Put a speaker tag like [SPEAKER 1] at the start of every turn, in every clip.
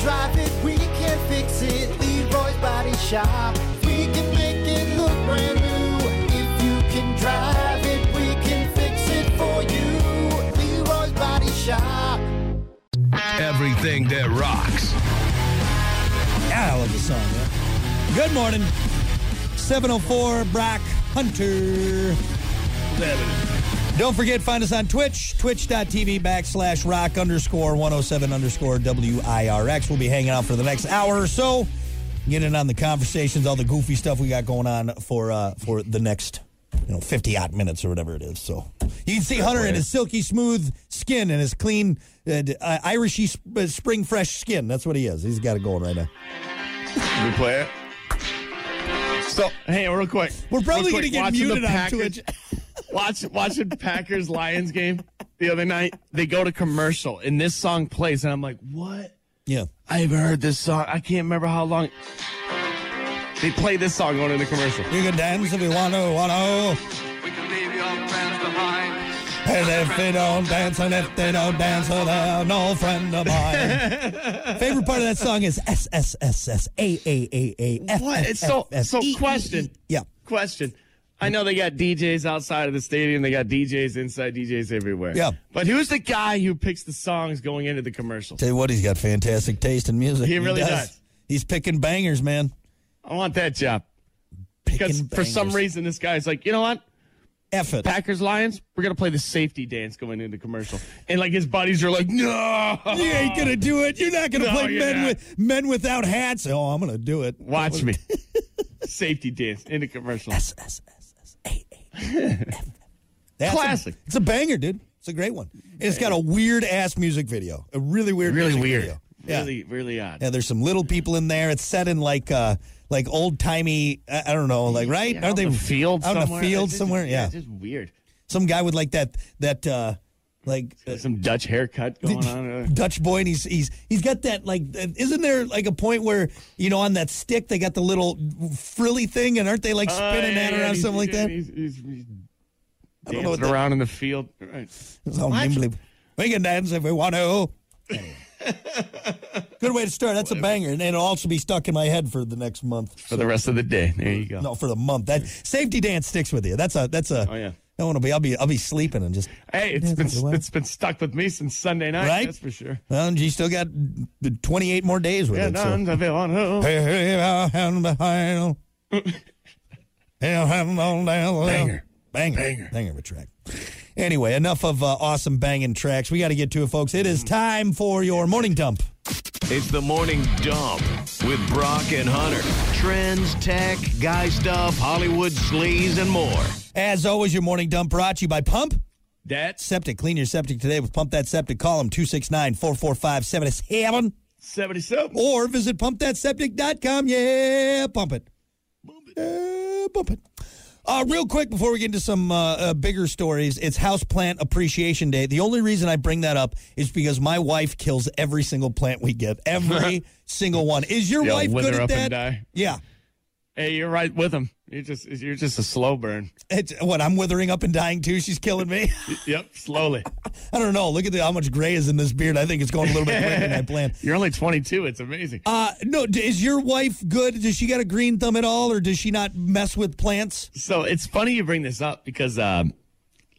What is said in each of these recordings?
[SPEAKER 1] drive it, we can fix it. Leroy's Body Shop. We can make it look brand new. If you can drive it, we can fix it for you. Leroy's Body Shop.
[SPEAKER 2] Everything that rocks.
[SPEAKER 3] God, I love this song. Man. Good morning. 704 Brack Hunter. Don't forget, find us on Twitch, twitch.tv backslash rock underscore 107 underscore WIRX. We'll be hanging out for the next hour or so. Get in on the conversations, all the goofy stuff we got going on for uh, for the next you know 50 odd minutes or whatever it is. So you can see Hunter in his silky smooth skin and his clean uh, d- uh, Irishy sp- uh, spring fresh skin. That's what he is. He's got it going right now.
[SPEAKER 4] Can we play it? So, hey, real quick.
[SPEAKER 3] We're probably
[SPEAKER 4] Real
[SPEAKER 3] going to
[SPEAKER 4] quick,
[SPEAKER 3] get
[SPEAKER 4] watching the
[SPEAKER 3] muted on
[SPEAKER 4] Packers-
[SPEAKER 3] Twitch.
[SPEAKER 4] Watch watching Packers Lions game the other night. They go to commercial and this song plays, and I'm like, what?
[SPEAKER 3] Yeah.
[SPEAKER 4] I haven't heard this song. I can't remember how long. They play this song going into commercial.
[SPEAKER 3] You can dance if you want to, want to.
[SPEAKER 5] We can leave your friends behind.
[SPEAKER 3] And if they don't dance, and if they don't dance, well, they're no friend of mine. Favorite part of that song is S S S S A A A A F. E
[SPEAKER 4] What?
[SPEAKER 3] F,
[SPEAKER 4] It's so
[SPEAKER 3] F, F,
[SPEAKER 4] so.
[SPEAKER 3] E, E, E.
[SPEAKER 4] Question.
[SPEAKER 3] Yeah.
[SPEAKER 4] Question. I know they got DJs outside of the stadium. They got DJs inside, DJs everywhere.
[SPEAKER 3] Yeah.
[SPEAKER 4] But who's the guy who picks the songs going into the commercial?
[SPEAKER 3] Tell you what, he's got fantastic taste in music.
[SPEAKER 4] He really does.
[SPEAKER 3] He's picking bangers, man.
[SPEAKER 4] I want that job. Because
[SPEAKER 3] Picking
[SPEAKER 4] for some
[SPEAKER 3] bangers.
[SPEAKER 4] reason, this guy's like, you know what?
[SPEAKER 3] F it.
[SPEAKER 4] Packers Lions, we're gonna play the safety dance going into commercial, and like his buddies are like, no,
[SPEAKER 3] You ain't gonna do it. You're not gonna
[SPEAKER 4] No,
[SPEAKER 3] play
[SPEAKER 4] you're
[SPEAKER 3] men
[SPEAKER 4] not.
[SPEAKER 3] with men without hats. Oh, I'm gonna do it.
[SPEAKER 4] watch me, safety dance into commercial.
[SPEAKER 3] S S S S A A F. That's a-
[SPEAKER 4] Classic.
[SPEAKER 3] it's a banger, dude. It's a great one. And it's got a weird ass music video. A really weird,
[SPEAKER 4] Really
[SPEAKER 3] music
[SPEAKER 4] weird,
[SPEAKER 3] video. Yeah.
[SPEAKER 4] really, really odd.
[SPEAKER 3] yeah, there's some little people in there. It's set in like uh like old timey. I I don't know, like right?
[SPEAKER 4] Yeah,
[SPEAKER 3] Aren't
[SPEAKER 4] out
[SPEAKER 3] they
[SPEAKER 4] in the field?
[SPEAKER 3] Out in
[SPEAKER 4] somewhere.
[SPEAKER 3] the field
[SPEAKER 4] It's just-
[SPEAKER 3] somewhere. Yeah.
[SPEAKER 4] it's just weird.
[SPEAKER 3] some guy with like that that uh like uh,
[SPEAKER 4] There's some Dutch haircut going on.
[SPEAKER 3] Dutch boy, and he's he's he's got that like. uh, Isn't there like a point where you know on that stick they got the little frilly thing, and aren't they
[SPEAKER 4] Oh,
[SPEAKER 3] like spinning that around something like that?
[SPEAKER 4] He's, he's, he's
[SPEAKER 3] I don't know what
[SPEAKER 4] dancing
[SPEAKER 3] that-
[SPEAKER 4] around in the field. Right.
[SPEAKER 3] It's all nimbly. We can dance if we want to. Anyway. Good way to start. That's a banger, and it'll also be stuck in my head for the next month.
[SPEAKER 4] For the rest of the day, there you go.
[SPEAKER 3] No, for the month. That safety dance sticks with you. That's a that's a.
[SPEAKER 4] Oh, yeah.
[SPEAKER 3] That one will be. I'll be. I'll be sleeping and just.
[SPEAKER 4] Hey, it's been
[SPEAKER 3] Well,
[SPEAKER 4] it's been stuck with me since Sunday night.
[SPEAKER 3] Right?
[SPEAKER 4] That's for sure.
[SPEAKER 3] Well, and you still got twenty eight more days with
[SPEAKER 4] Yeah,
[SPEAKER 3] it. so-
[SPEAKER 4] no, I'm-
[SPEAKER 3] Hey, hey, I am behind. Yeah, I'm on down.
[SPEAKER 4] Banger.
[SPEAKER 3] Banger. Banger. Banger of a track. Anyway, enough of uh, awesome banging tracks. We got to get to it, folks. It is time for your morning dump.
[SPEAKER 2] It's the morning dump with Brock and Hunter. Trends, tech, guy stuff, Hollywood sleaze, and more.
[SPEAKER 3] As always, your morning dump brought to you by Pump
[SPEAKER 4] That's
[SPEAKER 3] Septic. Clean your septic today with Pump That Septic. Call them 269 445 77
[SPEAKER 4] 77.
[SPEAKER 3] or visit pumpthatseptic.com. Yeah, pump it. Yeah, pump it. Uh, real quick before we get into some uh, uh, bigger stories, it's Houseplant Appreciation Day. The only reason I bring that up is because my wife kills every single plant we get, every single one. Is your
[SPEAKER 4] Yeah,
[SPEAKER 3] wife
[SPEAKER 4] wither
[SPEAKER 3] good at
[SPEAKER 4] up
[SPEAKER 3] that?
[SPEAKER 4] and die.
[SPEAKER 3] Yeah.
[SPEAKER 4] Hey, you're right with him. You're just you're just a slow burn.
[SPEAKER 3] It's, what I'm withering up and dying too. She's killing me.
[SPEAKER 4] Yep, slowly.
[SPEAKER 3] I don't know. Look at the, how much gray is in this beard. I think it's going a little bit quicker than I planned.
[SPEAKER 4] You're only 22. It's amazing.
[SPEAKER 3] Uh, no, d- is your wife good? Does she got a green thumb at all, or does she not mess with plants?
[SPEAKER 4] So it's funny you bring this up because um,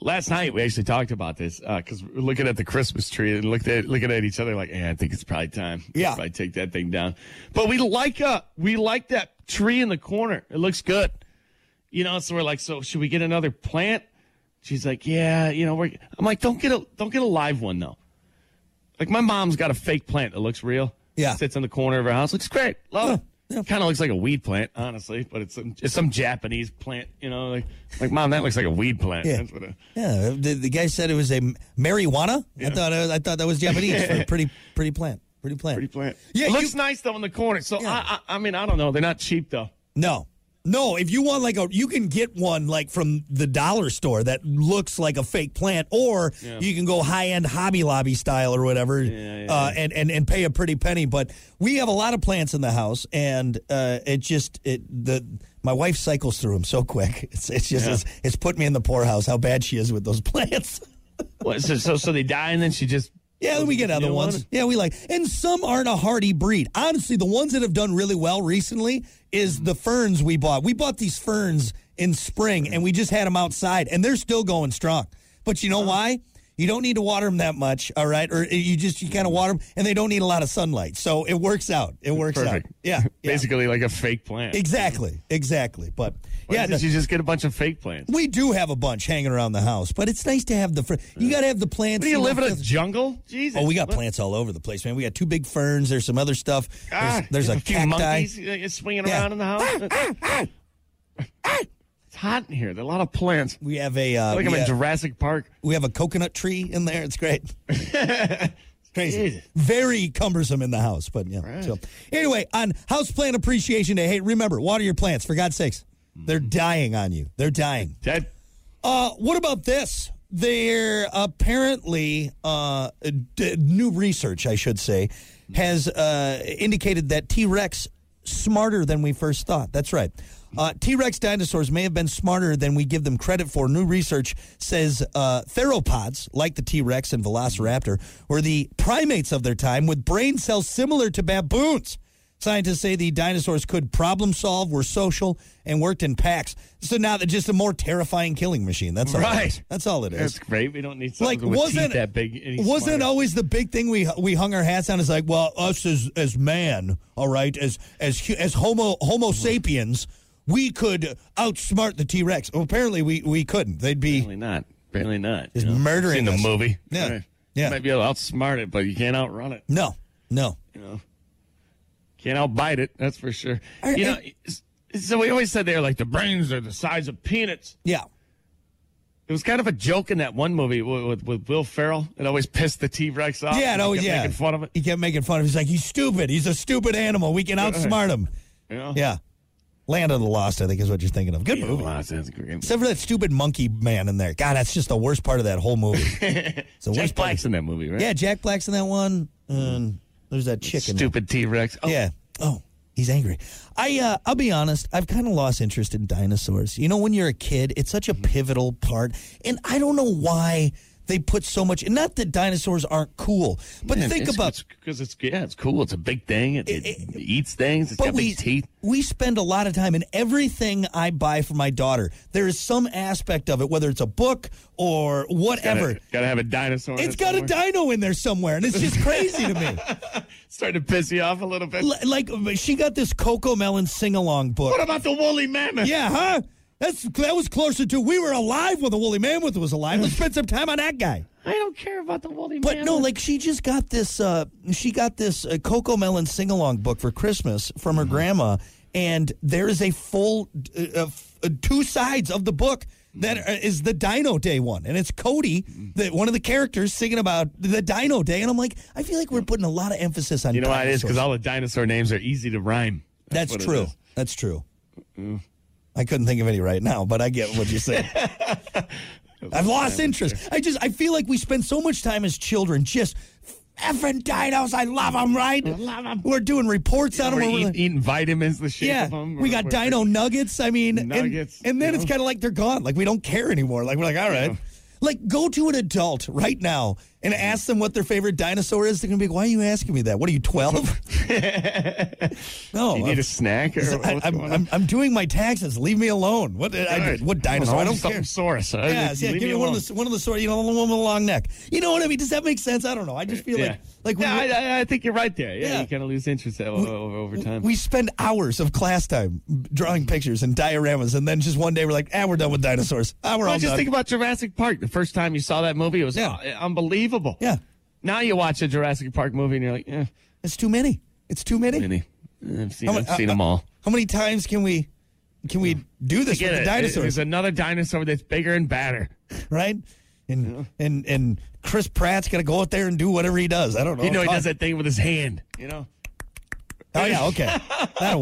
[SPEAKER 4] last night we actually talked about this because we're looking at the Christmas tree and looked at looking at each other like, eh, I think it's probably time.
[SPEAKER 3] Yeah.
[SPEAKER 4] I take that thing down. But we like uh we like that tree in the corner. It looks good. You know, so we're like, so should we get another plant? She's like, yeah, you know, we're. I'm like, don't get a don't get a live one though. Like my mom's got a fake plant that looks real.
[SPEAKER 3] Yeah.
[SPEAKER 4] sits in the corner of her house. Looks great. Love it.
[SPEAKER 3] Yeah, yeah.
[SPEAKER 4] Kind of looks like a weed plant, honestly, but it's some, it's some Japanese plant, you know. Like, like mom, that looks like a weed plant.
[SPEAKER 3] Yeah.
[SPEAKER 4] That's what I-
[SPEAKER 3] Yeah, the, the guy said it was a m- marijuana. I thought uh, I, I thought that was Japanese. for a pretty pretty plant. Pretty plant.
[SPEAKER 4] pretty plant.
[SPEAKER 3] Yeah,
[SPEAKER 4] it
[SPEAKER 3] you-
[SPEAKER 4] looks nice though in the corner. So
[SPEAKER 3] Yeah.
[SPEAKER 4] I, I, I mean, I don't know. They're not cheap though.
[SPEAKER 3] No. No, if you want like a you can get one like from the dollar store that looks like a fake plant or
[SPEAKER 4] Yeah.
[SPEAKER 3] you can go high end Hobby Lobby style or whatever
[SPEAKER 4] yeah,
[SPEAKER 3] uh, and and and pay a pretty penny, but we have a lot of plants in the house and uh, it just it the my wife cycles through them so quick. It's it's just
[SPEAKER 4] Yeah.
[SPEAKER 3] it's, it's put me in the poorhouse how bad she is with those plants.
[SPEAKER 4] What, so, so so they die and then she just
[SPEAKER 3] Yeah, then we get other
[SPEAKER 4] You
[SPEAKER 3] ones.
[SPEAKER 4] want it?
[SPEAKER 3] Yeah, we like. And some aren't a hardy breed. Honestly, the ones that have done really well recently is the ferns we bought. We bought these ferns in spring and we just had them outside and they're still going strong. But you know why? You don't need to water them that much, all right? Or uh, you just you kind of water them and they don't need a lot of sunlight. So it works out. It works out.
[SPEAKER 4] Perfect.
[SPEAKER 3] Yeah. yeah.
[SPEAKER 4] Basically, like a fake plant.
[SPEAKER 3] Exactly. Exactly. But
[SPEAKER 4] Why
[SPEAKER 3] yeah,
[SPEAKER 4] doesn't
[SPEAKER 3] the-
[SPEAKER 4] you just get a bunch of fake plants?
[SPEAKER 3] we do have a bunch hanging around the house, but it's nice to have the fr- you got to have the plants.
[SPEAKER 4] What do you
[SPEAKER 3] know,
[SPEAKER 4] live in a
[SPEAKER 3] because-
[SPEAKER 4] jungle? Jesus.
[SPEAKER 3] Oh, we got
[SPEAKER 4] What-
[SPEAKER 3] plants all over the place, man. We got two big ferns. There's some other stuff.
[SPEAKER 4] Ah,
[SPEAKER 3] there's, there's a,
[SPEAKER 4] few
[SPEAKER 3] cacti.
[SPEAKER 4] monkeys uh, swinging
[SPEAKER 3] Yeah. Ah,
[SPEAKER 4] around in the house. it's hot in here. There are a lot of plants.
[SPEAKER 3] We have a uh,
[SPEAKER 4] I feel
[SPEAKER 3] we,
[SPEAKER 4] like I'm in
[SPEAKER 3] have,
[SPEAKER 4] Jurassic Park.
[SPEAKER 3] we have a coconut tree in there. It's great. it's crazy.
[SPEAKER 4] Jeez.
[SPEAKER 3] Very cumbersome in the house, but yeah. So anyway, on House Plant Appreciation Day, hey, remember water your plants for God's sakes. They're
[SPEAKER 4] Mm.
[SPEAKER 3] dying on you. They're dying.
[SPEAKER 4] That
[SPEAKER 3] Uh, what about this? There apparently uh, d- new research, I should say, has uh, indicated that T Rex smarter than we first thought. That's right. Uh, T Rex dinosaurs may have been smarter than we give them credit for. New research says uh, theropods, like the T Rex and Velociraptor, were the primates of their time with brain cells similar to baboons. Scientists say the dinosaurs could problem solve, were social, and worked in packs. So now they're just a more terrifying killing machine. That's all It is.
[SPEAKER 4] Right.
[SPEAKER 3] That's all it
[SPEAKER 4] that's
[SPEAKER 3] is.
[SPEAKER 4] great. We don't need something
[SPEAKER 3] Like
[SPEAKER 4] with
[SPEAKER 3] wasn't
[SPEAKER 4] teeth that big. any
[SPEAKER 3] wasn't
[SPEAKER 4] smarter.
[SPEAKER 3] always the big thing we we hung our hats on is like well us as as man all right as as hu- as homo homo sapiens we could outsmart the T Rex. Well, apparently we we couldn't. They'd be
[SPEAKER 4] Apparently not. Apparently not.
[SPEAKER 3] Just
[SPEAKER 4] you know?
[SPEAKER 3] murdering
[SPEAKER 4] Seen the
[SPEAKER 3] us.
[SPEAKER 4] movie.
[SPEAKER 3] Yeah.
[SPEAKER 4] Right.
[SPEAKER 3] Yeah.
[SPEAKER 4] You might be able to outsmart it, but you can't outrun it.
[SPEAKER 3] no no.
[SPEAKER 4] Can't outbite it. That's for sure.
[SPEAKER 3] I-
[SPEAKER 4] you know,
[SPEAKER 3] I-
[SPEAKER 4] s- so we always said they're like the brains are the size of peanuts.
[SPEAKER 3] Yeah.
[SPEAKER 4] It was kind of a joke in that one movie with, with, with Will Ferrell. It always pissed the T Rex off.
[SPEAKER 3] Yeah,
[SPEAKER 4] He
[SPEAKER 3] no,
[SPEAKER 4] kept
[SPEAKER 3] yeah.
[SPEAKER 4] Making fun of it.
[SPEAKER 3] He kept making fun of. It. He's like, he's stupid. He's a stupid animal. We can outsmart him.
[SPEAKER 4] You know?
[SPEAKER 3] Yeah, Land of the Lost, I think, is what you're thinking of. Good
[SPEAKER 4] Yeah,
[SPEAKER 3] movie.
[SPEAKER 4] well, that's- that's a great movie.
[SPEAKER 3] Except for that stupid monkey man in there. God, that's just the worst part of that whole movie. It's the
[SPEAKER 4] Jack
[SPEAKER 3] worst part.
[SPEAKER 4] Black's in that movie, right?
[SPEAKER 3] Yeah, Jack Black's in that one. And there's that chicken.
[SPEAKER 4] Stupid T Rex. Oh,
[SPEAKER 3] Yeah. Oh, he's angry. I uh, I'll be honest. I've kind of lost interest in dinosaurs. You know, when you're a kid, it's such a
[SPEAKER 4] Mm-hmm.
[SPEAKER 3] pivotal part, and I don't know why they put so much. And not that dinosaurs aren't cool, but
[SPEAKER 4] man,
[SPEAKER 3] think
[SPEAKER 4] it's,
[SPEAKER 3] about
[SPEAKER 4] because it's, yeah, it's cool. It's a big thing. It, it,
[SPEAKER 3] It-
[SPEAKER 4] eats things. It's
[SPEAKER 3] but
[SPEAKER 4] got
[SPEAKER 3] we
[SPEAKER 4] big teeth.
[SPEAKER 3] we spend a lot of time in everything I buy for my daughter. There is some aspect of it, whether it's a book or whatever.
[SPEAKER 4] Gotta, gotta have a dinosaur. in
[SPEAKER 3] It's
[SPEAKER 4] it
[SPEAKER 3] got a
[SPEAKER 4] somewhere.
[SPEAKER 3] dino in there somewhere, and it's just crazy to me.
[SPEAKER 4] Starting to piss you off a little bit.
[SPEAKER 3] L- like she got this Coco Melon sing along book.
[SPEAKER 4] what about the woolly mammoth?
[SPEAKER 3] Yeah, huh? That's that was closer to we were alive when the woolly mammoth was alive. Let's spend some time on that guy.
[SPEAKER 4] I don't care about the woolly
[SPEAKER 3] But
[SPEAKER 4] mammoth.
[SPEAKER 3] no, like she just got this. Uh, she got this uh, Coco Melon sing along book for Christmas from
[SPEAKER 4] Mm-hmm.
[SPEAKER 3] her grandma, and there is a full uh, uh, f- uh, two sides of the book that
[SPEAKER 4] Mm-hmm.
[SPEAKER 3] uh, is the Dino Day one, and it's Cody, the, one of the characters, singing about the Dino Day, and I'm like, I feel like we're putting a lot of emphasis on
[SPEAKER 4] you know why it is?
[SPEAKER 3] dinosaurs.
[SPEAKER 4] Because all the dinosaur names are easy to rhyme.
[SPEAKER 3] That's
[SPEAKER 4] what it
[SPEAKER 3] true.
[SPEAKER 4] is. Mm.
[SPEAKER 3] That's true. I couldn't think of any right now, but I get what you're saying. I've lost interest. I just I feel like we spend so much time as children just effing dinos. I love them, right?
[SPEAKER 4] love 'em.
[SPEAKER 3] We're doing reports on them.
[SPEAKER 4] We're eat, eating vitamins, the shape
[SPEAKER 3] yeah,
[SPEAKER 4] of them.
[SPEAKER 3] we got dino nuggets. I mean, and-
[SPEAKER 4] Nuggets,
[SPEAKER 3] and, then
[SPEAKER 4] you
[SPEAKER 3] it's
[SPEAKER 4] know?
[SPEAKER 3] kind of like they're gone. Like we don't care anymore. Like we're like, all right, like go to an adult right now and ask them what their favorite dinosaur is. They're gonna be like, why are you asking me that? What are you twelve? no,
[SPEAKER 4] You
[SPEAKER 3] I'm-
[SPEAKER 4] need a snack or
[SPEAKER 3] I,
[SPEAKER 4] what's
[SPEAKER 3] I'm,
[SPEAKER 4] going on?
[SPEAKER 3] I'm, I'm doing my taxes. Leave me alone. What I,
[SPEAKER 4] All right.
[SPEAKER 3] what dinosaur? I don't
[SPEAKER 4] something
[SPEAKER 3] care.
[SPEAKER 4] Saurus. Uh,
[SPEAKER 3] Yeah, yeah.
[SPEAKER 4] leave
[SPEAKER 3] Give me one
[SPEAKER 4] alone.
[SPEAKER 3] of the one of the sort. You know, the one with the long neck. You know what I mean? Does that make sense? I don't know. I just feel
[SPEAKER 4] Yeah,
[SPEAKER 3] like like we,
[SPEAKER 4] yeah I, I- I think you're right there. Yeah,
[SPEAKER 3] Yeah.
[SPEAKER 4] you kind of lose interest that, over, over time.
[SPEAKER 3] we spend hours of class time drawing pictures and dioramas, and then just one day we're like, ah, we're done with dinosaurs. Ah, we're
[SPEAKER 4] Well,
[SPEAKER 3] all
[SPEAKER 4] just
[SPEAKER 3] done.
[SPEAKER 4] think about Jurassic Park. The first time you saw that movie, it was
[SPEAKER 3] Yeah.
[SPEAKER 4] uh, unbelievable.
[SPEAKER 3] yeah,
[SPEAKER 4] Now you watch a Jurassic Park movie and you're like, eh,
[SPEAKER 3] it's too many. It's too many.
[SPEAKER 4] many. I've seen,
[SPEAKER 3] How ma-
[SPEAKER 4] I've seen
[SPEAKER 3] uh,
[SPEAKER 4] them all.
[SPEAKER 3] How many times can we can we do this with
[SPEAKER 4] Get
[SPEAKER 3] the
[SPEAKER 4] it.
[SPEAKER 3] dinosaurs?
[SPEAKER 4] There's another dinosaur that's bigger and badder.
[SPEAKER 3] right? And and and Chris Pratt's gonna go out there and do whatever he does. I don't know.
[SPEAKER 4] You know, he
[SPEAKER 3] Talk-
[SPEAKER 4] does that thing with his hand. You know,
[SPEAKER 3] Oh yeah, okay, that'll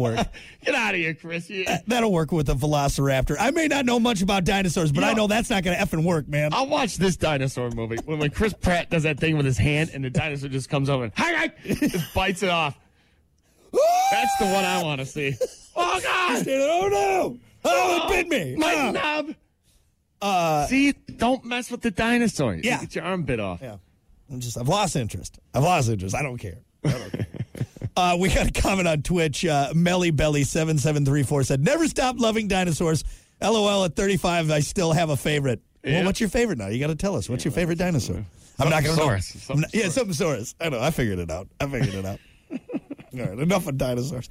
[SPEAKER 3] work.
[SPEAKER 4] get out of here, Chris. You-
[SPEAKER 3] That'll work with a velociraptor. I may not know much about dinosaurs, but I
[SPEAKER 4] know-
[SPEAKER 3] know that's not going to effing work, man.
[SPEAKER 4] I'll watch this dinosaur movie when, when Chris Pratt does that thing with his hand and the dinosaur just comes over and hi, hi, just bites it off. That's the one I want to see. Oh God,
[SPEAKER 3] oh no! Oh, it bit me.
[SPEAKER 4] my
[SPEAKER 3] Ah.
[SPEAKER 4] nub. see, Uh, don't mess with the dinosaur. You
[SPEAKER 3] Yeah.
[SPEAKER 4] get your arm bit off.
[SPEAKER 3] Yeah. I'm just I've lost interest. I've lost interest. I don't care. I don't care. uh, we got a comment on Twitch. Uh, Melly Belly seven seven three four said, "Never stop loving dinosaurs." LOL. At 35, I still have a favorite.
[SPEAKER 4] Yeah.
[SPEAKER 3] Well, what's your favorite now? You got to tell us. What's your favorite dinosaur? I'm not going to know.
[SPEAKER 4] Something-saurus.
[SPEAKER 3] I'm not- Yeah, something saurus. I know. I figured it out. I figured it out. All right, enough of dinosaurs.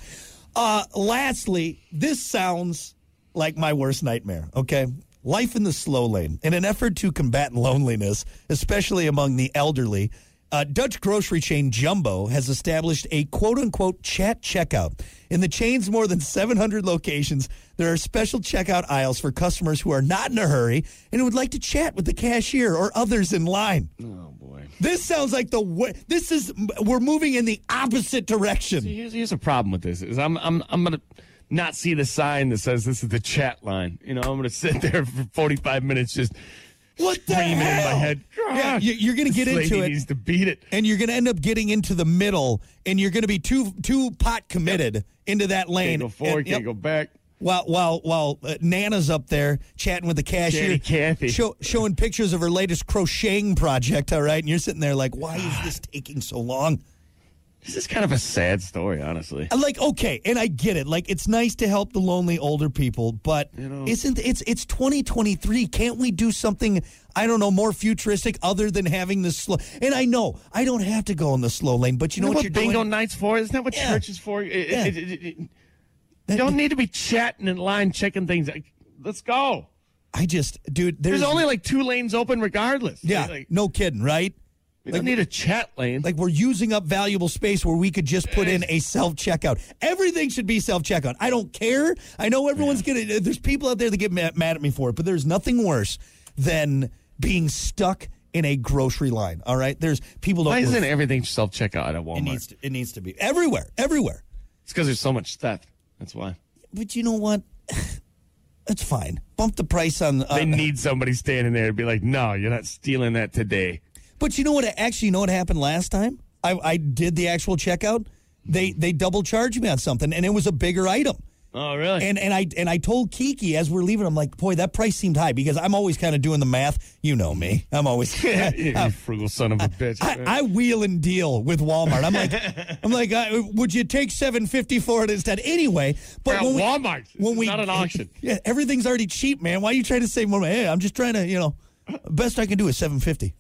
[SPEAKER 3] Uh, lastly, this sounds like my worst nightmare, okay? Life in the slow lane. In an effort to combat loneliness, especially among the elderly, uh, Dutch grocery chain Jumbo has established a quote unquote chat checkout. In the chain's more than 700 locations, there are special checkout aisles for customers who are not in a hurry and who would like to chat with the cashier or others in line.
[SPEAKER 4] Oh boy.
[SPEAKER 3] This sounds like the way. This is, we're moving in the opposite direction.
[SPEAKER 4] Here's, here's a problem with this: is I'm I'm I'm gonna not see the sign that says this is the chat line. You know, I'm gonna sit there for 45 minutes just
[SPEAKER 3] What the
[SPEAKER 4] screaming in my
[SPEAKER 3] hell?
[SPEAKER 4] head.
[SPEAKER 3] Yeah, you- you're going to get
[SPEAKER 4] this
[SPEAKER 3] into
[SPEAKER 4] lady
[SPEAKER 3] it,
[SPEAKER 4] Needs to beat it.
[SPEAKER 3] and you're going to end up getting into the middle, and you're going to be too too pot committed into that lane.
[SPEAKER 4] Can't go forward,
[SPEAKER 3] and,
[SPEAKER 4] can't
[SPEAKER 3] yep,
[SPEAKER 4] go back.
[SPEAKER 3] While while while uh, Nana's up there chatting with the cashier,
[SPEAKER 4] Danny Cathy.
[SPEAKER 3] show, showing pictures of her latest crocheting project. All right, and you're sitting there like, why is this taking so long?
[SPEAKER 4] This is kind of a sad story, honestly.
[SPEAKER 3] I'm Like, okay, and I get it. Like, it's nice to help the lonely older people, but
[SPEAKER 4] know-
[SPEAKER 3] isn't it's it's 2023? Can't we do something? I don't know, more futuristic, other than having this slow. And I know I don't have to go in the slow lane, but you know
[SPEAKER 4] Isn't
[SPEAKER 3] what,
[SPEAKER 4] that
[SPEAKER 3] you're
[SPEAKER 4] what bingo
[SPEAKER 3] doing?
[SPEAKER 4] nights for? Isn't that what
[SPEAKER 3] Yeah.
[SPEAKER 4] church is for? It- it-
[SPEAKER 3] Yeah.
[SPEAKER 4] it- it- it- you don't need to be chatting in line, checking things. Like, Let's go.
[SPEAKER 3] I just, dude, there's,
[SPEAKER 4] There's only like two lanes open, regardless.
[SPEAKER 3] yeah,
[SPEAKER 4] Like,
[SPEAKER 3] no kidding, right?
[SPEAKER 4] you don't need a chat lane.
[SPEAKER 3] Like we're using up valuable space where we could just put in a self checkout. Everything should be self checkout. I don't care. I know everyone's gonna. There's people out there that get mad, mad at me for it, but there's nothing worse than being stuck in a grocery line. All right, there's people don't.
[SPEAKER 4] Why
[SPEAKER 3] move.
[SPEAKER 4] isn't everything self checkout at
[SPEAKER 3] It
[SPEAKER 4] Walmart?
[SPEAKER 3] needs to. It needs to be everywhere. Everywhere.
[SPEAKER 4] it's because there's so much theft. That's why
[SPEAKER 3] But you know what? That's fine. Bump the price on.
[SPEAKER 4] they
[SPEAKER 3] Uh,
[SPEAKER 4] need somebody standing there to be like, "No, you're not stealing that today."
[SPEAKER 3] but you know what? Actually, you know what happened last time? I, I did the actual checkout. They they double charged me on something, and it was a bigger item.
[SPEAKER 4] Oh, really?
[SPEAKER 3] And and I and I told Kiki as we're leaving, I'm like, boy, that price seemed high because I'm always kind of doing the math. You know me. I'm always
[SPEAKER 4] you frugal son of a bitch.
[SPEAKER 3] I, I wheel and deal with Walmart. I'm like, I'm like, uh, would you take seven fifty for it instead? Anyway, but
[SPEAKER 4] At
[SPEAKER 3] when we,
[SPEAKER 4] Walmart.
[SPEAKER 3] when
[SPEAKER 4] It's
[SPEAKER 3] we
[SPEAKER 4] not an auction.
[SPEAKER 3] yeah, everything's already cheap, man. Why are you trying to save more? money? Hey, I'm just trying to, you know, best I can do is seven fifty.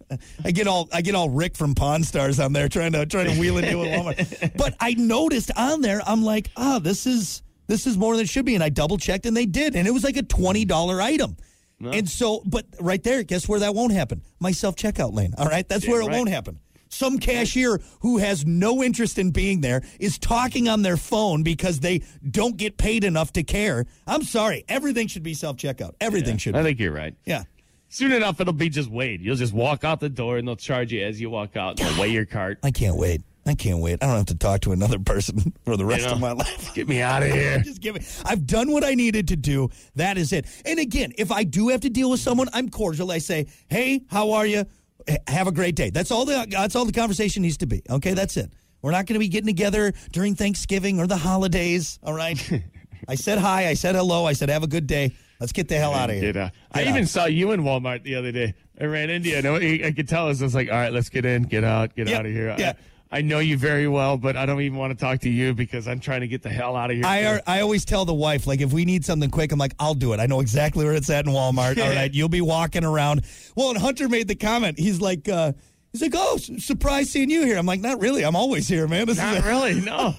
[SPEAKER 3] I get all, I get all Rick from Pawn Stars on there trying to trying to wheel and deal with Walmart. But I noticed on there, I'm like, ah, this is this is more than it should be, and I double checked, and they did, and it was like a twenty dollar item. And so, but right there, guess where that won't happen? My self checkout lane. All right, that's where it
[SPEAKER 4] right.
[SPEAKER 3] won't happen. Some cashier who has no interest in being there is talking on their phone because they don't get paid enough to care. I'm sorry. Everything should be self checkout. Everything should
[SPEAKER 4] I
[SPEAKER 3] be.
[SPEAKER 4] think you're right.
[SPEAKER 3] Yeah.
[SPEAKER 4] Soon enough, it'll be just Wade. You'll just walk out the door, and they'll charge you as you walk out. And they'll weigh your cart.
[SPEAKER 3] I can't wait. I can't wait. I don't have to talk to another person for the rest
[SPEAKER 4] You know?
[SPEAKER 3] of my life.
[SPEAKER 4] Get me out of here.
[SPEAKER 3] Just give it. I've done what I needed to do. That is it. And again, if I do have to deal with someone, I'm cordial. I say, "Hey, how are you? H- Have a great day." That's all the that's all the conversation needs to be. Okay, that's it. We're not going to be getting together during Thanksgiving or the holidays. All right. I said hi. I said hello. I said have a good day. Let's get the hell out of here.
[SPEAKER 4] Get out. uh, I
[SPEAKER 3] Get
[SPEAKER 4] even
[SPEAKER 3] out.
[SPEAKER 4] saw you in Walmart the other day. I ran into you. and I, I could tell. I was just like, all right, let's get in, get out, get
[SPEAKER 3] Yeah,
[SPEAKER 4] out of here.
[SPEAKER 3] yeah.
[SPEAKER 4] I, I know you very well, but I don't even want to talk to you because I'm trying to get the hell out of here.
[SPEAKER 3] I, are, I always tell the wife, like, if we need something quick, I'm like, I'll do it. I know exactly where it's at in Walmart. All right. You'll be walking around. Well, and Hunter made the comment. He's like, uh, he's like, oh, su- surprised seeing you here. I'm like, not really. I'm always here, man. This is
[SPEAKER 4] not
[SPEAKER 3] a-
[SPEAKER 4] really, no.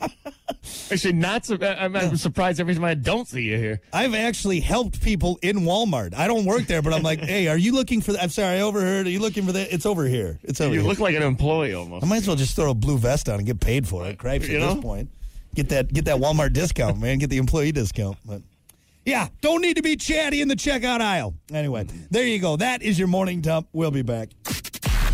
[SPEAKER 4] Actually, not. Su- I- I'm, I'm surprised every time I don't see you here.
[SPEAKER 3] I've actually helped people in Walmart. I don't work there, but I'm like, hey, are you looking for that? I'm sorry, I overheard. Are you looking for that? It's over here. It's over
[SPEAKER 4] You
[SPEAKER 3] here.
[SPEAKER 4] look like an employee almost.
[SPEAKER 3] I might as well just throw a blue vest on and get paid for it. Cripes at
[SPEAKER 4] You
[SPEAKER 3] this
[SPEAKER 4] know?
[SPEAKER 3] point. Get that get that Walmart discount, man. Get the employee discount. But yeah, don't need to be chatty in the checkout aisle. Anyway, there you go. That is your morning dump. We'll be back.